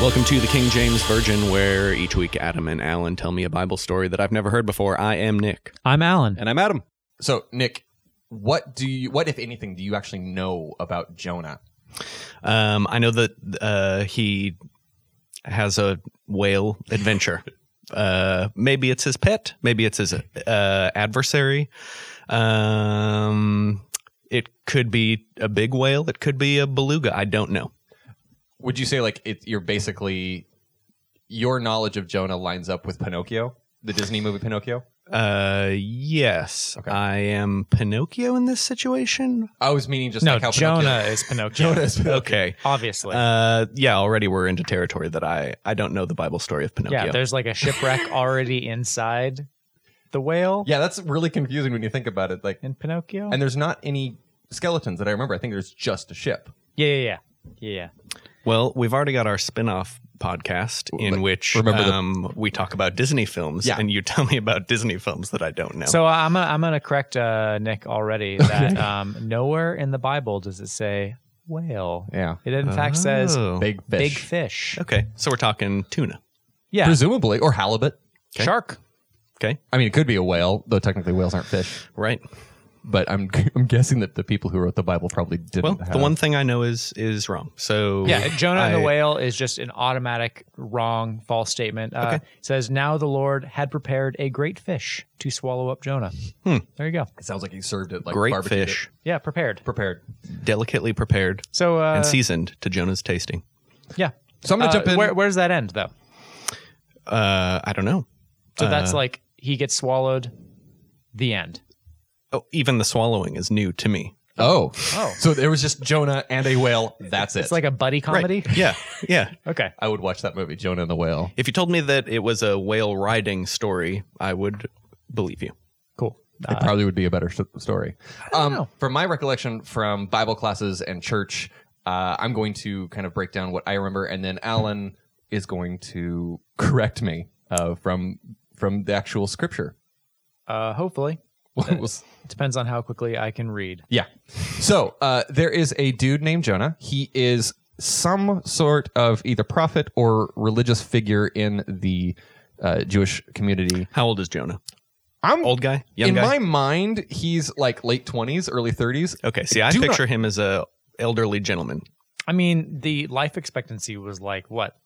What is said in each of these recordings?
Welcome to the King James Version, where each week Adam and Alan tell me a Bible story that I've never heard before. I am Nick. I'm Alan. And I'm Adam. So, Nick, what do you, what if anything, do you actually know about Jonah? Um, I know that uh, he has a whale adventure. uh, maybe it's his pet. Maybe it's his uh, adversary. Um, it could be a big whale. It could be a beluga. I don't know. Would you say like it, you're basically your knowledge of Jonah lines up with Pinocchio, the Disney movie Pinocchio? Uh, yes, Okay. I am Pinocchio in this situation. I was meaning just no, like how Jonah is Pinocchio. Pinocchio, Jonah is Pinocchio. Okay. Obviously. Uh, yeah, already we're into territory that I I don't know the Bible story of Pinocchio. yeah, there's like a shipwreck already inside the whale Yeah, that's really confusing when you think about it. Like, in Pinocchio. and there's not any skeletons that I remember. I think there's just a ship. yeah, yeah, yeah. Yeah, yeah. well, we've already got our spin-off podcast in Like, which remember the- um, we talk about Disney films, Yeah. and you tell me about Disney films that I don't know. So uh, I'm gonna, I'm gonna correct uh, Nick already that um, nowhere in the Bible does it say whale. Yeah, It in fact says Oh. big fish, big fish. okay, so we're talking tuna. Yeah, presumably, or halibut. shark. Okay, I mean, it could be a whale, though technically whales aren't fish. right. But I'm I'm guessing that the people who wrote the Bible probably didn't. Well, have. the one thing I know is is wrong. So Yeah, Jonah and I- the whale is just an automatic wrong false statement. Uh, It says now the Lord had prepared a great fish to swallow up Jonah. There you go. It sounds like he served it like great barbecued it. fish, Yeah, prepared. prepared. delicately prepared So uh, and seasoned to Jonah's tasting. yeah. So I'm gonna Uh, jump in. Where, where does that end though? Uh, I don't know. So that's like he gets swallowed. The end. Oh, even the swallowing is new to me. oh, Oh. so there was just Jonah and a whale. That's it. It's like a buddy comedy. Right. Yeah, yeah. Okay. I would watch that movie, Jonah and the Whale. If you told me that it was a whale riding story, I would believe you. Cool. It probably would be a better st- story. Um, Uh, know. from my recollection from Bible classes and church, uh, I'm going to kind of break down what I remember, and then Alan is going to correct me uh, from from the actual scripture. Uh, hopefully, We'll s- depends on how quickly I can read. Yeah. So uh, there is a dude named Jonah. He is some sort of either prophet or religious figure in the uh, Jewish community. How old is Jonah? I'm Old guy? Young in guy? my mind, he's like late twenties, early thirties. okay, see, I Do picture him as a elderly gentleman. I mean, the life expectancy was like what,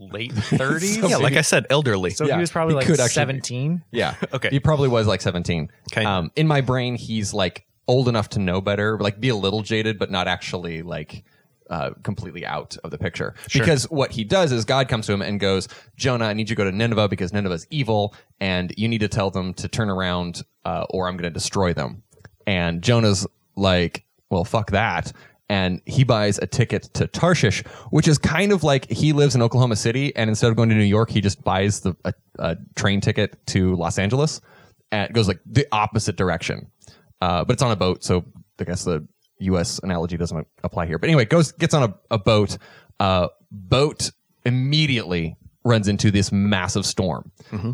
late thirties? So- yeah, like I said, elderly. Oh, so yeah, he was probably he like could actually be. seventeen. Yeah. Okay. He probably was like seventeen. Okay. Um, in my brain, he's like old enough to know better, like be a little jaded, but not actually like. Uh, completely out of the picture because what he does is God comes to him and goes, Jonah, I need you to go to Nineveh because Nineveh's evil, and you need to tell them to turn around, uh, or I'm going to destroy them. And Jonah's like, well, fuck that. And he buys a ticket to Tarshish, which is kind of like he lives in Oklahoma City, and instead of going to New York, he just buys the a, a train ticket to Los Angeles, and it goes like the opposite direction. Uh, but it's on a boat, so I guess the U.S. analogy doesn't apply here. But anyway, goes gets on a, a boat. Uh, boat immediately runs into this massive storm,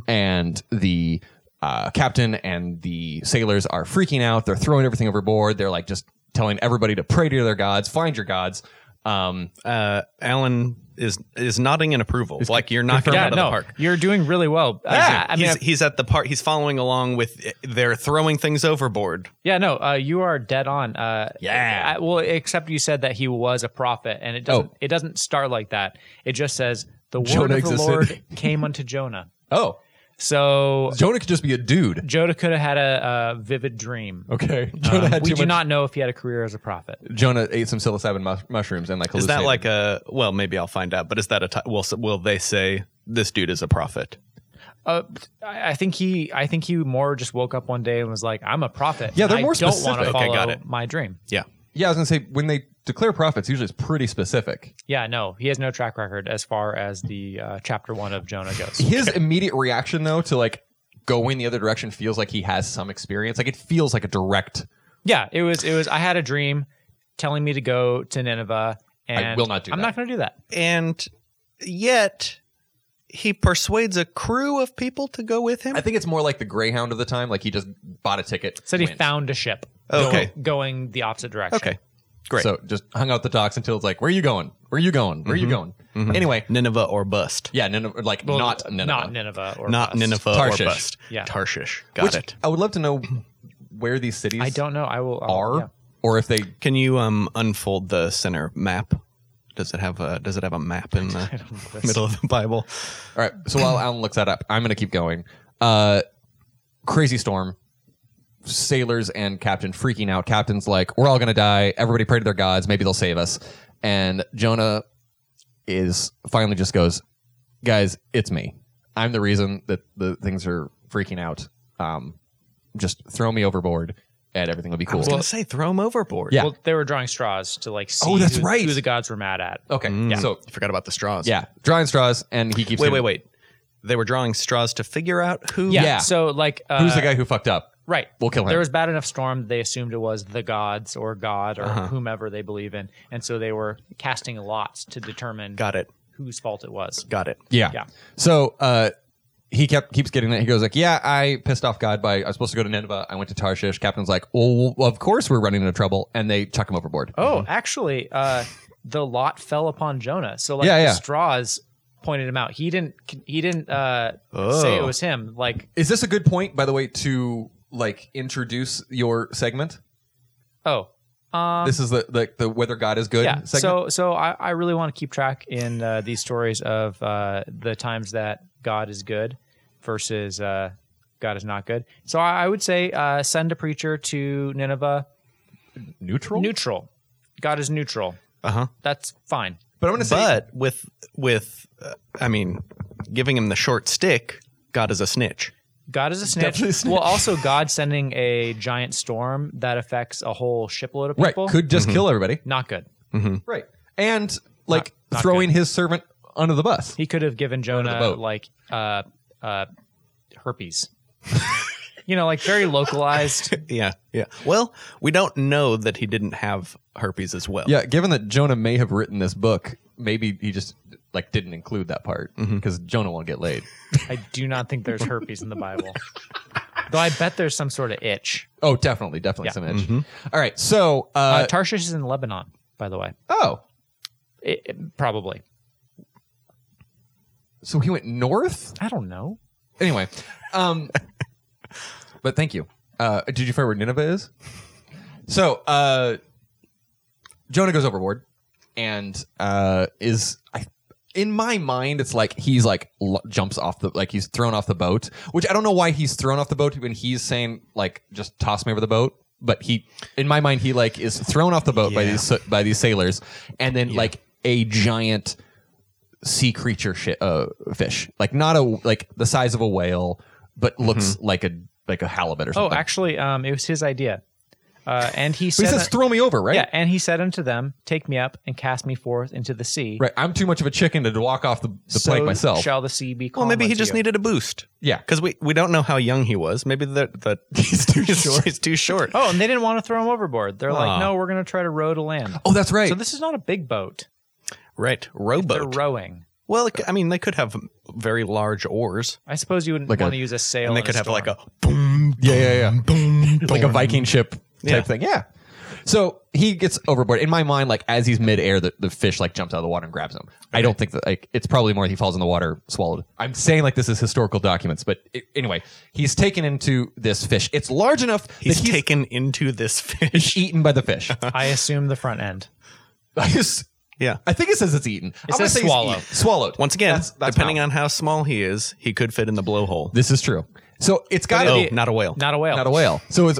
and the uh, captain and the sailors are freaking out. They're throwing everything overboard. They're like just telling everybody to pray to their gods, find your gods. Um, uh, Alan is is nodding in approval. like you're knocking it Yeah, out of no, the park. you're doing really well. Yeah, I, I mean, he's, he's at the park. He's following along with. eh, They're throwing things overboard. yeah, no, uh, you are dead on. Uh, Yeah. I, well, except you said that he was a prophet, and it doesn't. Oh. It doesn't start like that. It just says the word Jonah of the existed. Lord came unto Jonah. oh, So Jonah could just be a dude. Jonah could have had a, a vivid dream. Okay, Jonah had Um, we too do much. not know if he had a career as a prophet. Jonah ate some psilocybin mus- mushrooms and like Is that hallucinated. like a? Well, maybe I'll find out. But is that a? T- will s- will they say this dude is a prophet? Uh, I I think he, I think he more just woke up one day and was like, "I'm a prophet. Yeah, they're I more don't want to specific. Okay, follow got it. my dream." Yeah. Yeah, I was gonna say when they declare prophets, usually it's pretty specific. Yeah, no, he has no track record as far as the uh, chapter one of Jonah goes. His immediate reaction though to like going the other direction feels like he has some experience. Like it feels like a direct. yeah, it was, it was. I had a dream telling me to go to Nineveh, and will not do I'm that. not going to do that. and yet he persuades a crew of people to go with him. I think it's more like the Greyhound of the time. Like he just bought a ticket. Said he went. found a ship. Oh, Okay. Going, going the opposite direction. okay, Great. So just hung out the docks until it's like, where are you going? Where are you going? Where are you going? Anyway, Nineveh or bust. yeah, Nineveh, like not Nineveh. Not Nineveh. Or Not bust. Nineveh Tarshish. or bust. Yeah. Tarshish. Got Which it. I would love to know where these cities I don't know. I will. I'll- are, yeah. or if they Can you um unfold the center map? Does it have a Does it have a map in the middle of the Bible? All right. So while Alan looks that up, I'm going to keep going. Uh, crazy storm. Sailors and captain freaking out. Captain's like, "We're all going to die. Everybody pray to their gods. Maybe they'll save us." And Jonah is finally just goes, "Guys, it's me. I'm the reason that the things are freaking out. Um, just throw me overboard, and everything will be I cool." was gonna say throw him overboard. Yeah. Well, they were drawing straws to like see Oh, that's who, right. who the gods were mad at. okay. Mm. So You forgot about the straws. yeah, drawing straws, and he keeps Wait, wait, getting- wait. They were drawing straws to figure out who. Yeah. Yeah. So like, uh, Who's the guy who fucked up? Right. We'll kill him. There was bad enough storm that they assumed it was the gods or God or Uh-huh. whomever they believe in, and so they were casting lots to determine Got it. whose fault it was. Got it. Yeah. Yeah. So uh, he kept keeps getting it. He goes like, "Yeah, I pissed off God by I was supposed to go to Nineveh. I went to Tarshish." Captain's like, "Well, of course we're running into trouble," and they chuck him overboard. Oh, actually, uh, the lot fell upon Jonah. So like Yeah, yeah. the straws pointed him out. He didn't. He didn't uh, Oh. say it was him. Like, Is this a good point, by the way, to like introduce your segment? oh, um, This is the the, the whether God is good yeah. segment. So so I, I really want to keep track in uh, these stories of uh, the times that God is good versus uh, God is not good. So I, I would say uh, send a preacher to Nineveh. neutral. Neutral. God is neutral. Uh huh. That's fine. but I'm going to say But with with, uh, I mean, giving him the short stick, God is a snitch. God is a snitch. Definitely a snitch. Well, also God sending a giant storm that affects a whole shipload of right people. could just kill everybody. not good. Right, and like not throwing his servant under the bus. He could have given Jonah boat. like uh, uh, herpes. you know, like very localized. Yeah. Yeah. Well, we don't know that he didn't have herpes as well. Yeah, given that Jonah may have written this book, maybe he just like didn't include that part because Jonah won't get laid. I do not think there's herpes in the Bible. Though I bet there's some sort of itch. Oh, definitely, definitely Yeah. some edge. All right, so uh, Uh, Tarshish is in Lebanon, by the way. oh, It- it- probably. so he went north I don't know. anyway. Um, but thank you. Uh, did you find where Nineveh is? So uh, Jonah goes overboard and uh, is I, in my mind. It's like he's like l- jumps off the like he's thrown off the boat, which I don't know why he's thrown off the boat when he's saying like just toss me over the boat. But he, in my mind, he like is thrown off the boat by Yeah. these by these sailors, and then like a giant sea creature shi uh, fish, like not a like the size of a whale, but looks like a like a halibut or Mm-hmm. Oh, something. actually, um, it was his idea. Uh, and he But said, he says, "Throw me over," right? Yeah, and he said unto them, Take me up and cast me forth into the sea. Right. I'm too much of a chicken to walk off the, the So plank myself. Shall the sea be Well, calm maybe he unto just you? needed a boost. Yeah. Because we, we don't know how young he was. Maybe that that he's too short. he's too short. Oh, and they didn't want to throw him overboard. They're Aw. like, No, we're going to try to row to land. oh, that's right. So this is not a big boat. Right. They're Rowboat. rowing. well, it c- I mean, they could have very large oars, I suppose you wouldn't Like a- want to use a sail. and they in could have storm. like a boom, yeah, yeah, yeah. boom, like a Viking ship type Yeah. thing. Yeah. So he gets overboard. In my mind, like as he's midair, the, the fish like jumps out of the water and grabs him. I don't think that like it's probably more he falls in the water swallowed. I'm saying like this is historical documents, but i anyway, he's taken into this fish. It's large enough He's, that he's taken into this fish. eaten by the fish. I assume the front end. I just- yeah. I think it says it's eaten. I'm gonna says say it's swallow. eaten. Swallowed. Once again, That's- that's depending how- on how small he is, he could fit in the blowhole. this is true. So it's got to Oh, be not a whale. Not a whale. not a whale. So it's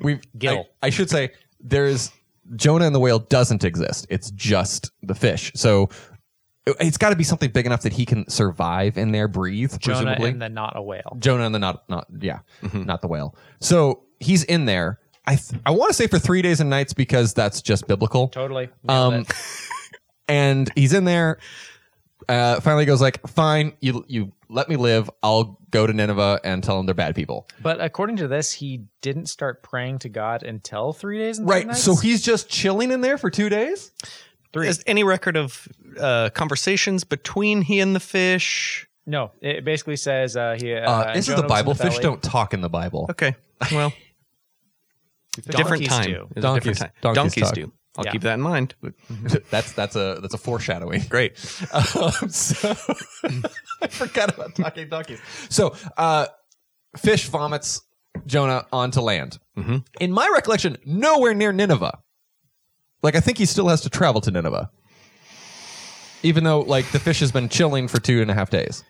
we Gill. I, I should say there is Jonah and the whale doesn't exist. It's just the fish. So it- it's got to be something big enough that he can survive in there, breathe. Jonah presumably. and the not a whale. Jonah and the not not yeah not the whale. So he's in there. I th- I want to say for three days and nights because that's just biblical. Totally. Nailed Um, it. and he's in there. Uh, finally goes like, fine, you you let me live. I'll go to Nineveh and tell them they're bad people. But according to this, he didn't start praying to God until three days and three Right. nights? So he's just chilling in there for two days. Is any record of uh, conversations between he and the fish? no, it basically says uh, he. Uh, Uh, and this is Jonah was the in Bible. belly. Fish don't talk in the Bible. Okay. Well, different Donkeys time. do. It was a different Donkeys- time. donkeys Donkeys, talk. do. I'll Yeah. keep that in mind. that's that's a that's a foreshadowing. Great. Uh, Um, so I forgot about talking donkeys. So uh, fish vomits Jonah onto land. Mm-hmm. Mhm. In my recollection, nowhere near Nineveh. Like I think he still has to travel to Nineveh, even though like the fish has been chilling for two and a half days,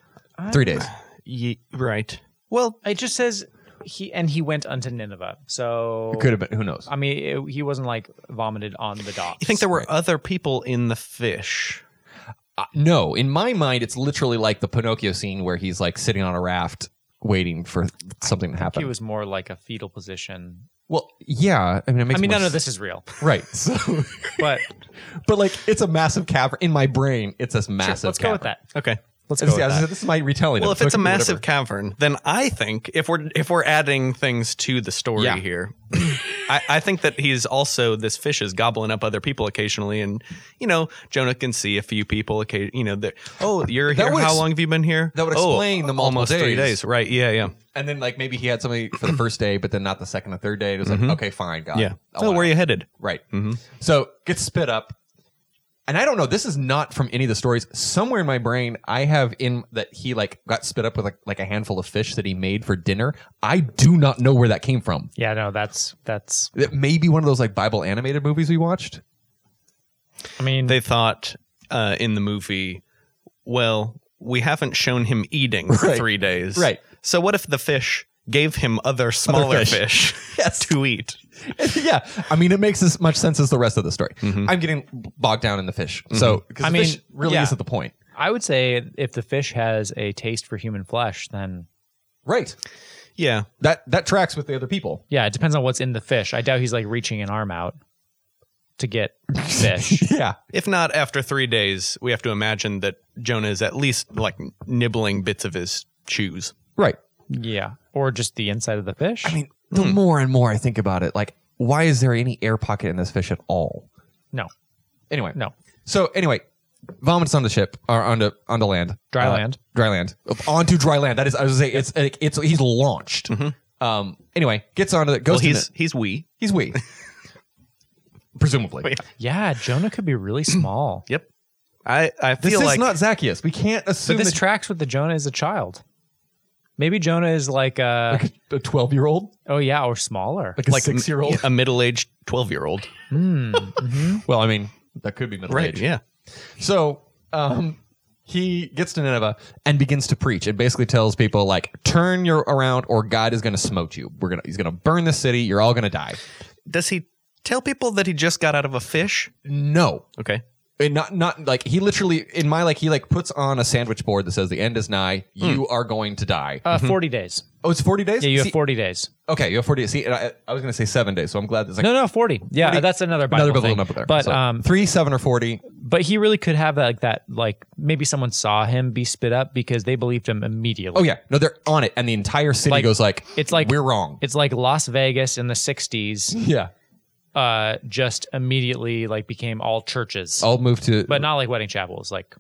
three days. Ye- right. Well, It just says he and he went unto Nineveh. So Could have been. Who knows? I mean, it, he wasn't like vomited on the dock. you think there were other people in the fish? Uh, no, in my mind, it's literally like the Pinocchio scene where he's like sitting on a raft waiting for something to happen. He was more like a fetal position. Well, yeah. I mean, it I makes mean, more none of s- this is real, right. So, but but like, it's a massive cavern in my brain. It's this massive. let's go cavern. with that. Okay. Let's go It's- with yeah, that. This, this is my retelling. Well, of if it, so it's it a could be massive whatever. cavern, then I think if we're if we're adding things to the story Yeah. here, I, I think that he's also this fish is gobbling up other people occasionally, and you know Jonah can see a few people. Occasion, you know, they're, oh, you're That here. would How ex- long have you been here? that would "Oh, explain the multiple almost three days." days. Right? Yeah, yeah, and then like maybe he had somebody for the first day, but then not the second or third day. It was like, okay, fine, God. Mm-hmm. yeah. Mm-hmm. I Oh, want where are it. you headed? Right. So gets spit up. And I don't know. This is not from any of the stories. Somewhere in my brain, I have in that he like got spit up with like, like a handful of fish that he made for dinner. I do not know where that came from. Yeah, no, that's that's. It may be one of those like Bible animated movies we watched. I mean, They thought uh, in the movie, well, we haven't shown him eating for Right. three days, Right. So what if the fish gave him other smaller fish. fish, Yes. to eat? yeah, I mean, it makes as much sense as the rest of the story. Mm-hmm. I'm getting bogged down in the fish, so because I the mean, fish really yeah. isn't the point, I would say if the fish has a taste for human flesh, then right? Yeah. That that tracks with the other people. yeah, it depends on what's in the fish. I doubt he's like reaching an arm out to get fish. Yeah, If not after three days, we have to imagine that Jonah is at least like nibbling bits of his shoes. right. Hmm. yeah, or just the inside of the fish. I mean, the more and more I think about it, like, why is there any air pocket in this fish at all? no, Anyway, no, So anyway, vomits on the ship or onto onto land, Dry Uh, land. dry land, onto dry land. That is, I was gonna say, it's like, it's he's launched. Um. Anyway, gets onto the goes Well, to he's the- he's we. he's we, presumably. yeah, Jonah could be really small. Yep. I I This feel is like not Zacchaeus. We can't assume But this this tracks with the Jonah as a child. Maybe Jonah is like, uh, a twelve-year-old, oh yeah, or smaller. like a like six-year-old. a middle aged twelve year old. Well, I mean, that could be middle Right. age. Yeah. So, um, he gets to Nineveh and begins to preach. It basically tells people like, "Turn your around, or God is going to smote you. We're gonna he's going to burn the city. You're all going to die." Does he tell people that he just got out of a fish? No, Okay. And not not like he literally in my like he like puts on a sandwich board that says the end is nigh. You are going to die. Uh, Forty days. oh, it's forty days. Hmm. Yeah, you See- have forty days. Okay, you have forty. days. See, and I, I was going to say seven days, so I'm glad that's like No, no, forty. Yeah, 40 that's another Bible another biblical thing. number there. But So, um, three, seven, or forty. but he really could have like that. Like maybe someone saw him be spit up because they believed him immediately. Oh yeah, no, they're on it, and the entire city Like, goes like it's like- we're wrong. It's like Las Vegas in the '60s. yeah, Uh, just immediately like became all churches, I'll move to but not like wedding chapels. Like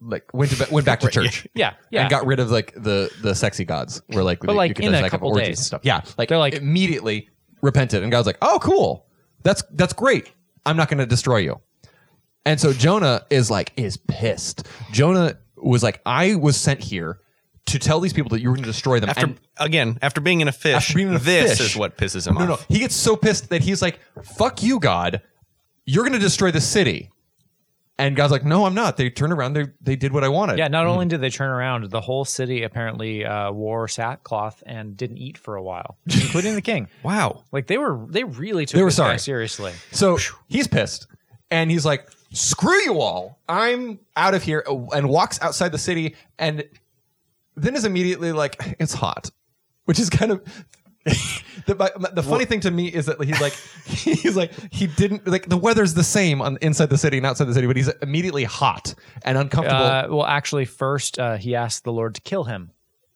like went to ba- went back to church. yeah, yeah. And got rid of like the the sexy gods, where like But, like, you could in just, a like, have couple orgies days. and stuff. Yeah, like They're like- immediately repented, and God's like, "Oh, cool, that's that's great. I'm not going to destroy you." And so Jonah is like is pissed. Jonah was like, "I was sent here to tell these people that you were going to destroy them." After and again, after being in a fish, After being in a this fish- is what pisses him no, off. no, he gets so pissed that he's like, "Fuck you, God, you're going to destroy the city." And God's like, "No, I'm not. They turned around. They they did what I wanted." yeah, not only did they turn around, the whole city apparently uh, wore sackcloth and didn't eat for a while, including the king. Wow. Like they were, they really took They were this guy sorry. seriously. So he's pissed, and he's like, "Screw you all! I'm out of here!" And walks outside the city, and then is immediately like, "It's hot," which is kind of. the, my- my- the funny thing to me is that he's like he's like he didn't like the weather's the same on inside the city and outside the city but he's immediately hot and uncomfortable Uh, well, actually, first uh, he asked the Lord to kill him.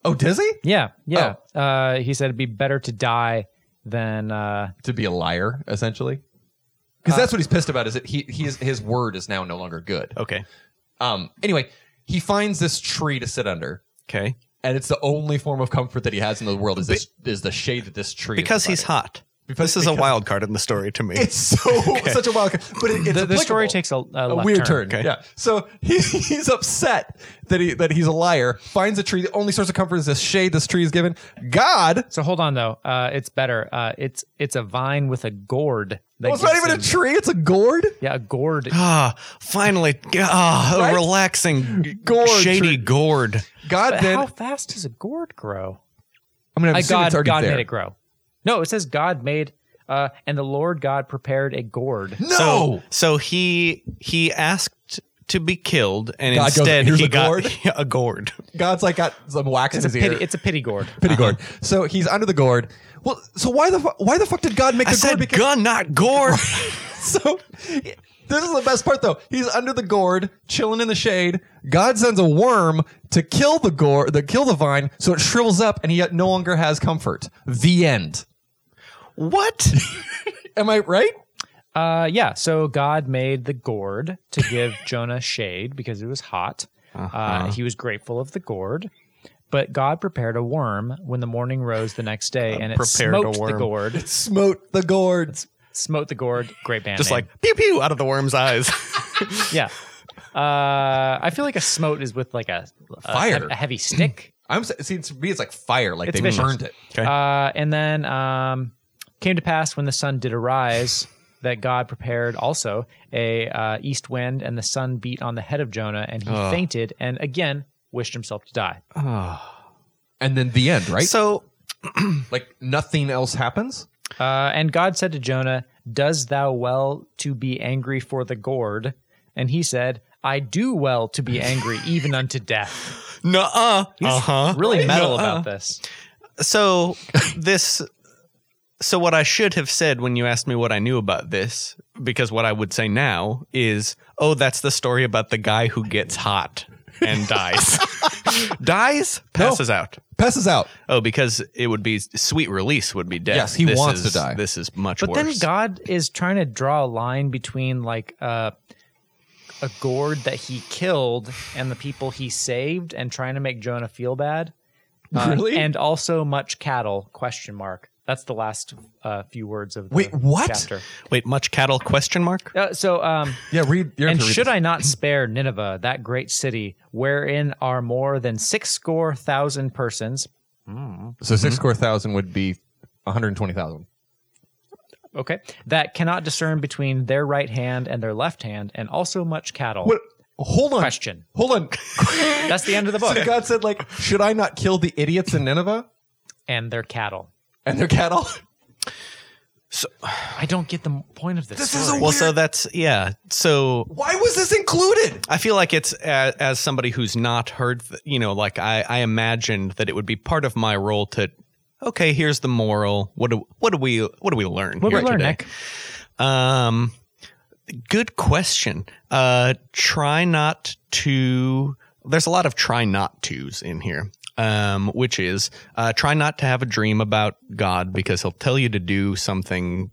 oh does he Yeah, yeah. Oh. Uh, he said it'd be better to die than uh, to be a liar essentially because that's what he's pissed about is that he, he is, his word is now no longer good Okay. um anyway he finds this tree to sit under Okay. and it's the only form of comfort that he has in the world is this is the shade that this tree is Because he's providing. hot. Because This is a wild card in the story to me. it's so such a wild, card, but it, it's The, the story applicable takes a, a, a left weird turn. Okay. Yeah. So he, he's upset that he that he's a liar. Finds a tree. The only source of comfort is this shade this tree is given. God, So hold on though. Uh, it's better. Uh, it's it's a vine with a gourd. That well, it's not gives even a him- tree. It's a gourd. yeah, a gourd. Ah, finally, ah, a Right? relaxing Gourd shady tree. gourd. God But then. how fast does a gourd grow? I mean, I'm I assuming God it's already God there. made it grow. No, it says God made uh, and the Lord God prepared a gourd. No. So, so he he asked to be killed, and God goes, instead "Here's he a got gourd." a gourd. God's like got some wax It's a in his ear. pity. It's a pity gourd. Pity gourd. So he's under the gourd. Well, so why the fu- why the fuck did God make I the said gourd? Because gun, not gourd. so this is the best part though. He's under the gourd, chilling in the shade. God sends a worm to kill the gourd, to kill the vine, so it shrivels up, and he no longer has comfort. The end. what? Am I right? Uh, yeah. So God made the gourd to give Jonah shade because it was hot. uh Uh-huh. he was grateful of the gourd, but God prepared a worm when the morning rose the next day, and it prepared a smote the worm. gourd. Smote the gourd. Smote the gourd. Great band. Just name. like pew pew out of the worm's eyes. yeah. Uh, I feel like a smote is with like a a- Fire. a, heavy stick. I'm s- see to me it's like fire, like It's they vicious. burned it. Okay. Uh, and then um, came to pass when the sun did arise that God prepared also a uh, east wind, and the sun beat on the head of Jonah, and he fainted, and again wished himself to die. And then the end, right? so like nothing else happens. Uh, and God said to Jonah, "Does thou well to be angry for the gourd?" And he said, "I do well to be angry, even unto death." nuh-uh. Uh-huh. Really metal Nuh-uh. about this. So this so what I should have said when you asked me what I knew about this, because what I would say now is, oh, that's the story about the guy who gets hot and dies. dies, passes out. Passes out. Oh, because it would be sweet release would be death. Yes, he This wants to is- die. This is much But worse. then God is trying to draw a line between like uh, a gourd that he killed and the people he saved, and trying to make Jonah feel bad. Uh, Really? And also much cattle? Question mark. That's the last uh, few words of the Wait, what? chapter. Wait, much cattle question mark? Uh, so, um, Yeah, read. you're and gonna read should this. I not spare Nineveh, that great city, wherein are more than six score thousand persons? So six Mm-hmm. score thousand would be one hundred twenty thousand. Okay, that cannot discern between their right hand and their left hand, and also much cattle. What? Hold on. Question. Hold on. That's the end of the book. So God said, like, should I not kill the idiots in Nineveh and their cattle. and their cattle? I don't get the point of this. This is a story. Well, so that's yeah. So Why was this included? I feel like it's as, as somebody who's not heard, th- you know, like I, I imagined that it would be part of my role to, okay, here's the moral. What do what do we what do we learn? What we here learn, today? Nick? Um, good question. Uh, try not to. There's a lot of try not tos in here, um, which is uh, try not to have a dream about God because He'll tell you to do something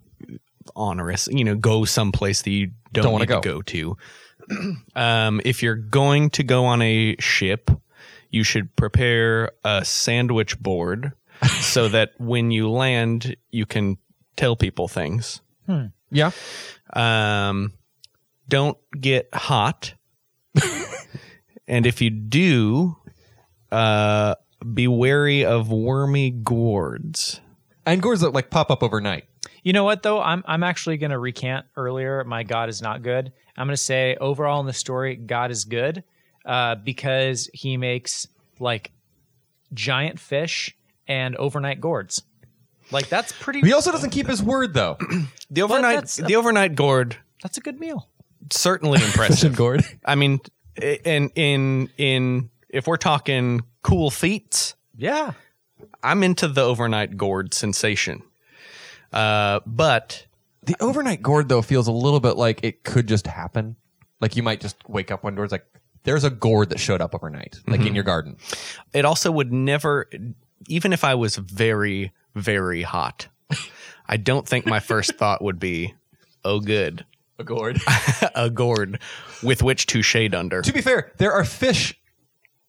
onerous. You know, go someplace that you don't, Don't wanna want to go. go to. um, if you're going to go on a ship, you should prepare a sandwich board so that when you land, you can tell people things Yeah. um, don't get hot. and if you do, uh, be wary of wormy gourds. And gourds that like pop up overnight. You know what though? I'm I'm actually going to recant earlier. My God is not good. I'm going to say overall in the story, God is good uh, because He makes like giant fish and overnight gourds. Like that's pretty. He also doesn't keep his word though. The overnight, that's- the overnight gourd that's a good meal. certainly impressive. gourd. I mean, i- in in in if we're talking cool feats, Yeah. I'm into the overnight gourd sensation. Uh, but The overnight gourd though feels a little bit like it could just happen. Like you might just wake up one door. It's like there's a gourd that showed up overnight, like in your garden. it also would never even if i was very very hot i don't think my first thought would be oh good A gourd. a gourd with which to shade under to be fair, there are fish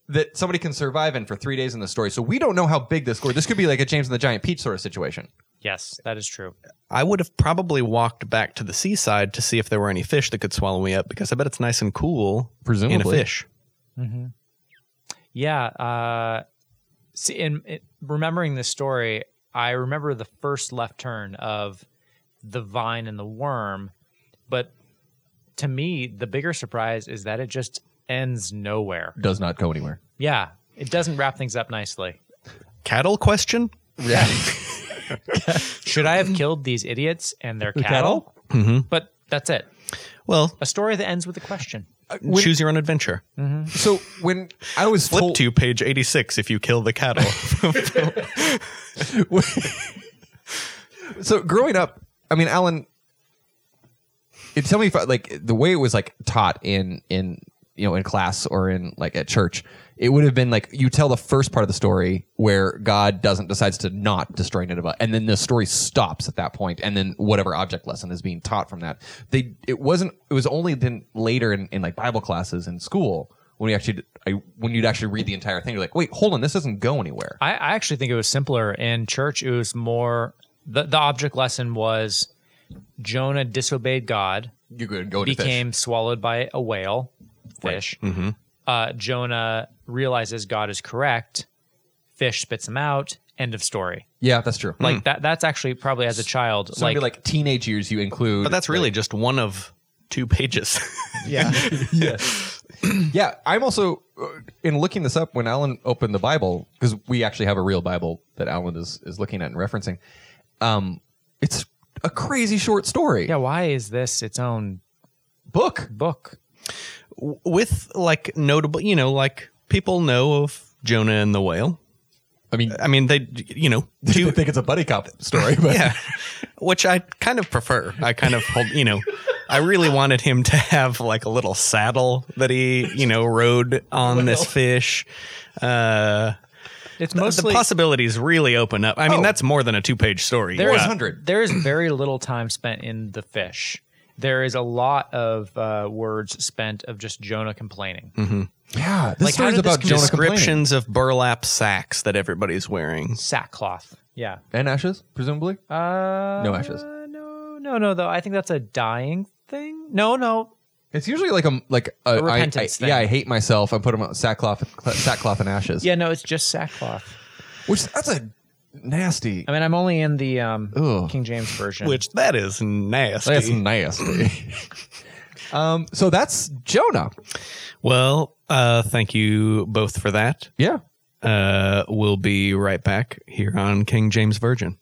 that somebody can survive in for three days in the story. So we don't know how big this gourd. This could be like a James and the Giant Peach sort of situation. Yes, that is true. I would have probably walked back to the seaside to see if there were any fish that could swallow me up because I bet it's nice and cool in a Presumably. fish. hmm Yeah. Uh, see, in, in remembering this story, I remember the first left turn of the vine and the worm, but to me, the bigger surprise is that it just ends nowhere. Does not go anywhere. Yeah, it doesn't wrap things up nicely. Cattle question? Yeah. Should I have killed these idiots and their cattle? cattle? But that's it. Well, A story that ends with a question. choose your own adventure. so when I was Flip told, to page 86 if you kill the cattle. so growing up, I mean, Alan, it, tell me if I- like the way it was like taught in in you know in class or in like at church, it would have been like you tell the first part of the story where God doesn't decides to not destroy Nineveh, and then the story stops at that point, and then whatever object lesson is being taught from that. They it wasn't it was only then later in, in like Bible classes in school. When you actually, I, when you'd actually read the entire thing, you're like, "Wait, hold on, this doesn't go anywhere." I, I actually think it was simpler in church. It was more the, the object lesson was Jonah disobeyed God, You could go into fish. became swallowed by a whale, fish. Uh, Jonah realizes God is correct. Fish spits him out. End of story. Yeah, that's true. Like that. That's actually probably as a child. So like, like, maybe like teenage years, you include. but that's really just one of two pages. yeah, yeah, yeah. I'm also uh, in looking this up when Alan opened the Bible because we actually have a real Bible that Alan is is looking at and referencing. Um, it's a crazy short story yeah. Why is this its own book. book? W- With like notable, you know, like people know of Jonah and the whale. I mean, I mean, they, you know, you Uh, two, think it's a buddy cop story, but yeah, which I kind of prefer. I kind of hold, you know, I really wanted him to have like a little saddle that he, you know, rode on this fish. Uh, It's the mostly possibilities really open up. I mean, Oh. that's more than a two-page story. There is 100. There is very little time spent in the fish. There is a lot of uh, words spent of just Jonah complaining. yeah, this Like, how story's did this about Jonah complaining descriptions of burlap sacks that everybody's wearing. Sackcloth. Yeah. and ashes, presumably. Uh, No ashes. No, no, no. Though I think that's a dying thing. No, no. It's usually like a like a, I- repentance I- yeah, thing. I hate myself. I put them on sackcloth, sackcloth and ashes. Yeah, no. It's just sackcloth. which that's a nasty. I mean, I'm only in the um, Ugh. King James version. Which that is nasty. That's nasty. um, so that's Jonah. well, uh, thank you both for that. Yeah. Uh, we'll be right back here on King James Virgin.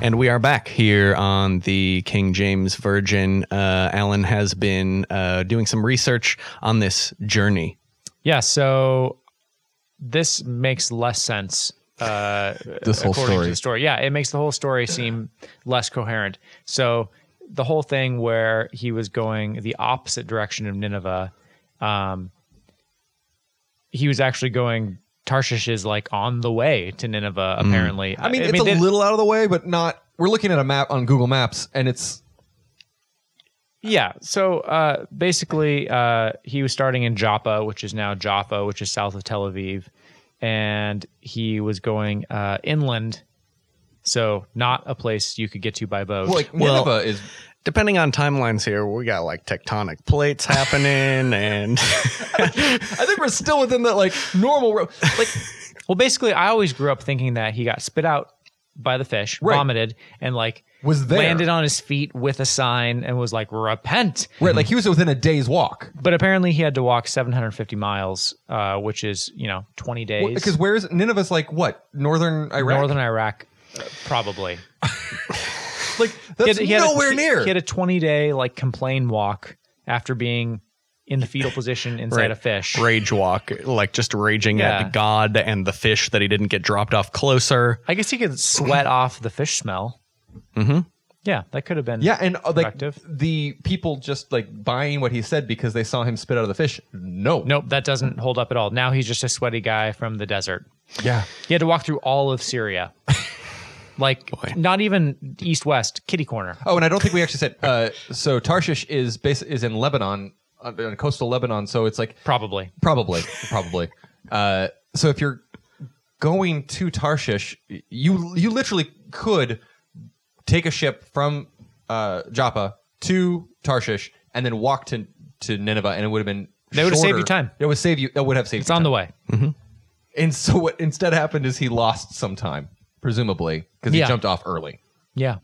And we are back here on the King James Virgin. Uh, Alan has been uh, doing some research on this journey. Yeah. So this makes less sense. Uh, This whole according story. To the story. Yeah, it makes the whole story seem less coherent. So the whole thing where he was going the opposite direction of Nineveh, um, he was actually going. Tarshish is like on the way to Nineveh. Apparently, I mean, it's a little out of the way, but not. We're looking at a map on Google Maps, and it's Yeah. So uh, basically, uh, he was starting in Joppa, which is now Jaffa, which is south of Tel Aviv, and he was going uh, inland. So not a place you could get to by boat. well, like Well- Nineveh is. Depending on timelines here, we got like tectonic plates happening and. I think we're still within the like normal road. Like well, basically, I always grew up thinking that he got spit out by the fish, Right. vomited, and like Was there. landed on his feet with a sign and was like repent. right, like he was within a day's walk. But apparently, he had to walk 750 miles, uh, which is you know 20 days. Because where's Nineveh's like what northern Iraq? northern Iraq, uh, probably. like that's he had a- nowhere he- near. He had a 20 day like complain walk after being in the fetal position inside Right. a fish. rage walk, like just raging Yeah. at God and the fish that he didn't get dropped off closer. I guess he could sweat off the fish smell. Mm-hmm. Yeah, that could have been. yeah, and uh, like Productive. the people just like buying what he said because they saw him spit out of the fish. No, Nope, that doesn't hold up at all. Now he's just a sweaty guy from the desert. yeah, He had to walk through all of Syria. like, not even east west, kitty corner. Oh, and I don't think we actually said. Uh, so Tarshish is bas- is in Lebanon on the- on coastal Lebanon, so it's like Probably. Probably, probably. Uh, so if you're going to Tarshish, you you literally could take a ship from uh, Joppa to Tarshish and then walk to to Nineveh, and it would have been. That would have saved shorter. you time. That would save you. That would have saved. It's you on time. the way. And so what instead happened is he lost some time, presumably because he Yeah. jumped off early. Yeah.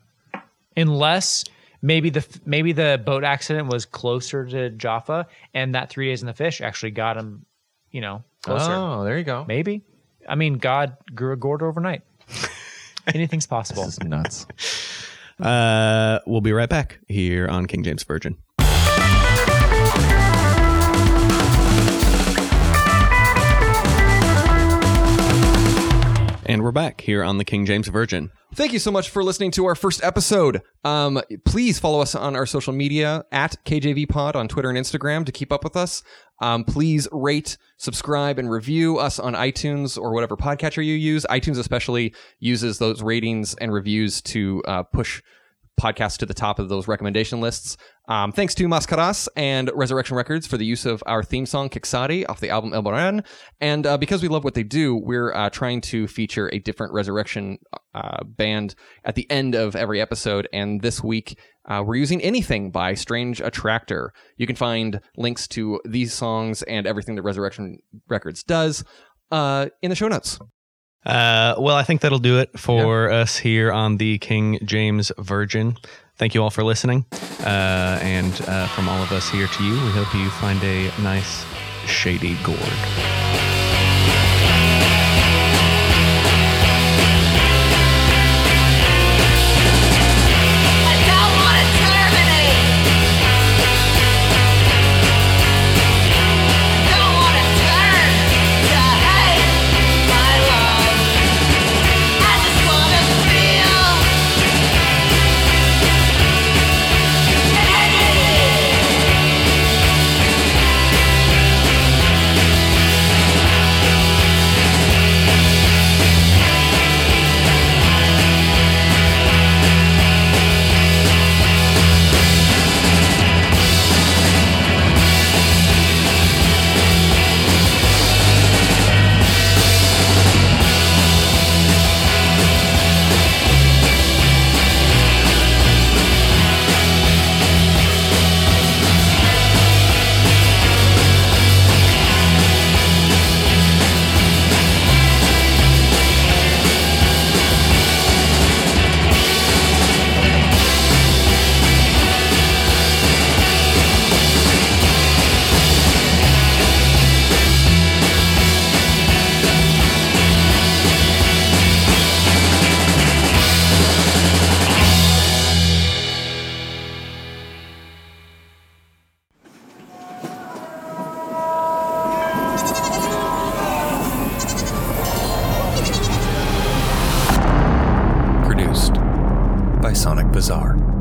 Unless maybe the maybe the boat accident was closer to Jaffa and that 3 days in the fish actually got him, you know, closer. Oh, there you go. Maybe. I mean, God grew a gourd overnight. Anything's possible. This is nuts. Uh, we'll be right back here on King James Virgin. And we're back here on the King James Virgin. Thank you so much for listening to our first episode. Um, please follow us on our social media at KJVPod on Twitter and Instagram to keep up with us. Um, please rate, subscribe, and review us on iTunes or whatever podcatcher you use. iTunes especially uses those ratings and reviews to uh, push podcasts to the top of those recommendation lists. Um, thanks to Mascaras and Resurrection Records for the use of our theme song Kixadi off the album El Baran. And uh, because we love what they do, we're uh, trying to feature a different Resurrection uh, band at the end of every episode. And this week, uh, we're using Anything by Strange Attractor. You can find links to these songs and everything that Resurrection Records does uh, in the show notes. Uh, well, I think that'll do it for us here on the King James Virgin. Thank you all for listening. Uh, and uh, from all of us here to you, we hope you find a nice shady gourd. I don't want to terminate. I don't want to turn to hate my love. I just want to feel anything. Produced by Sonic Bazaar.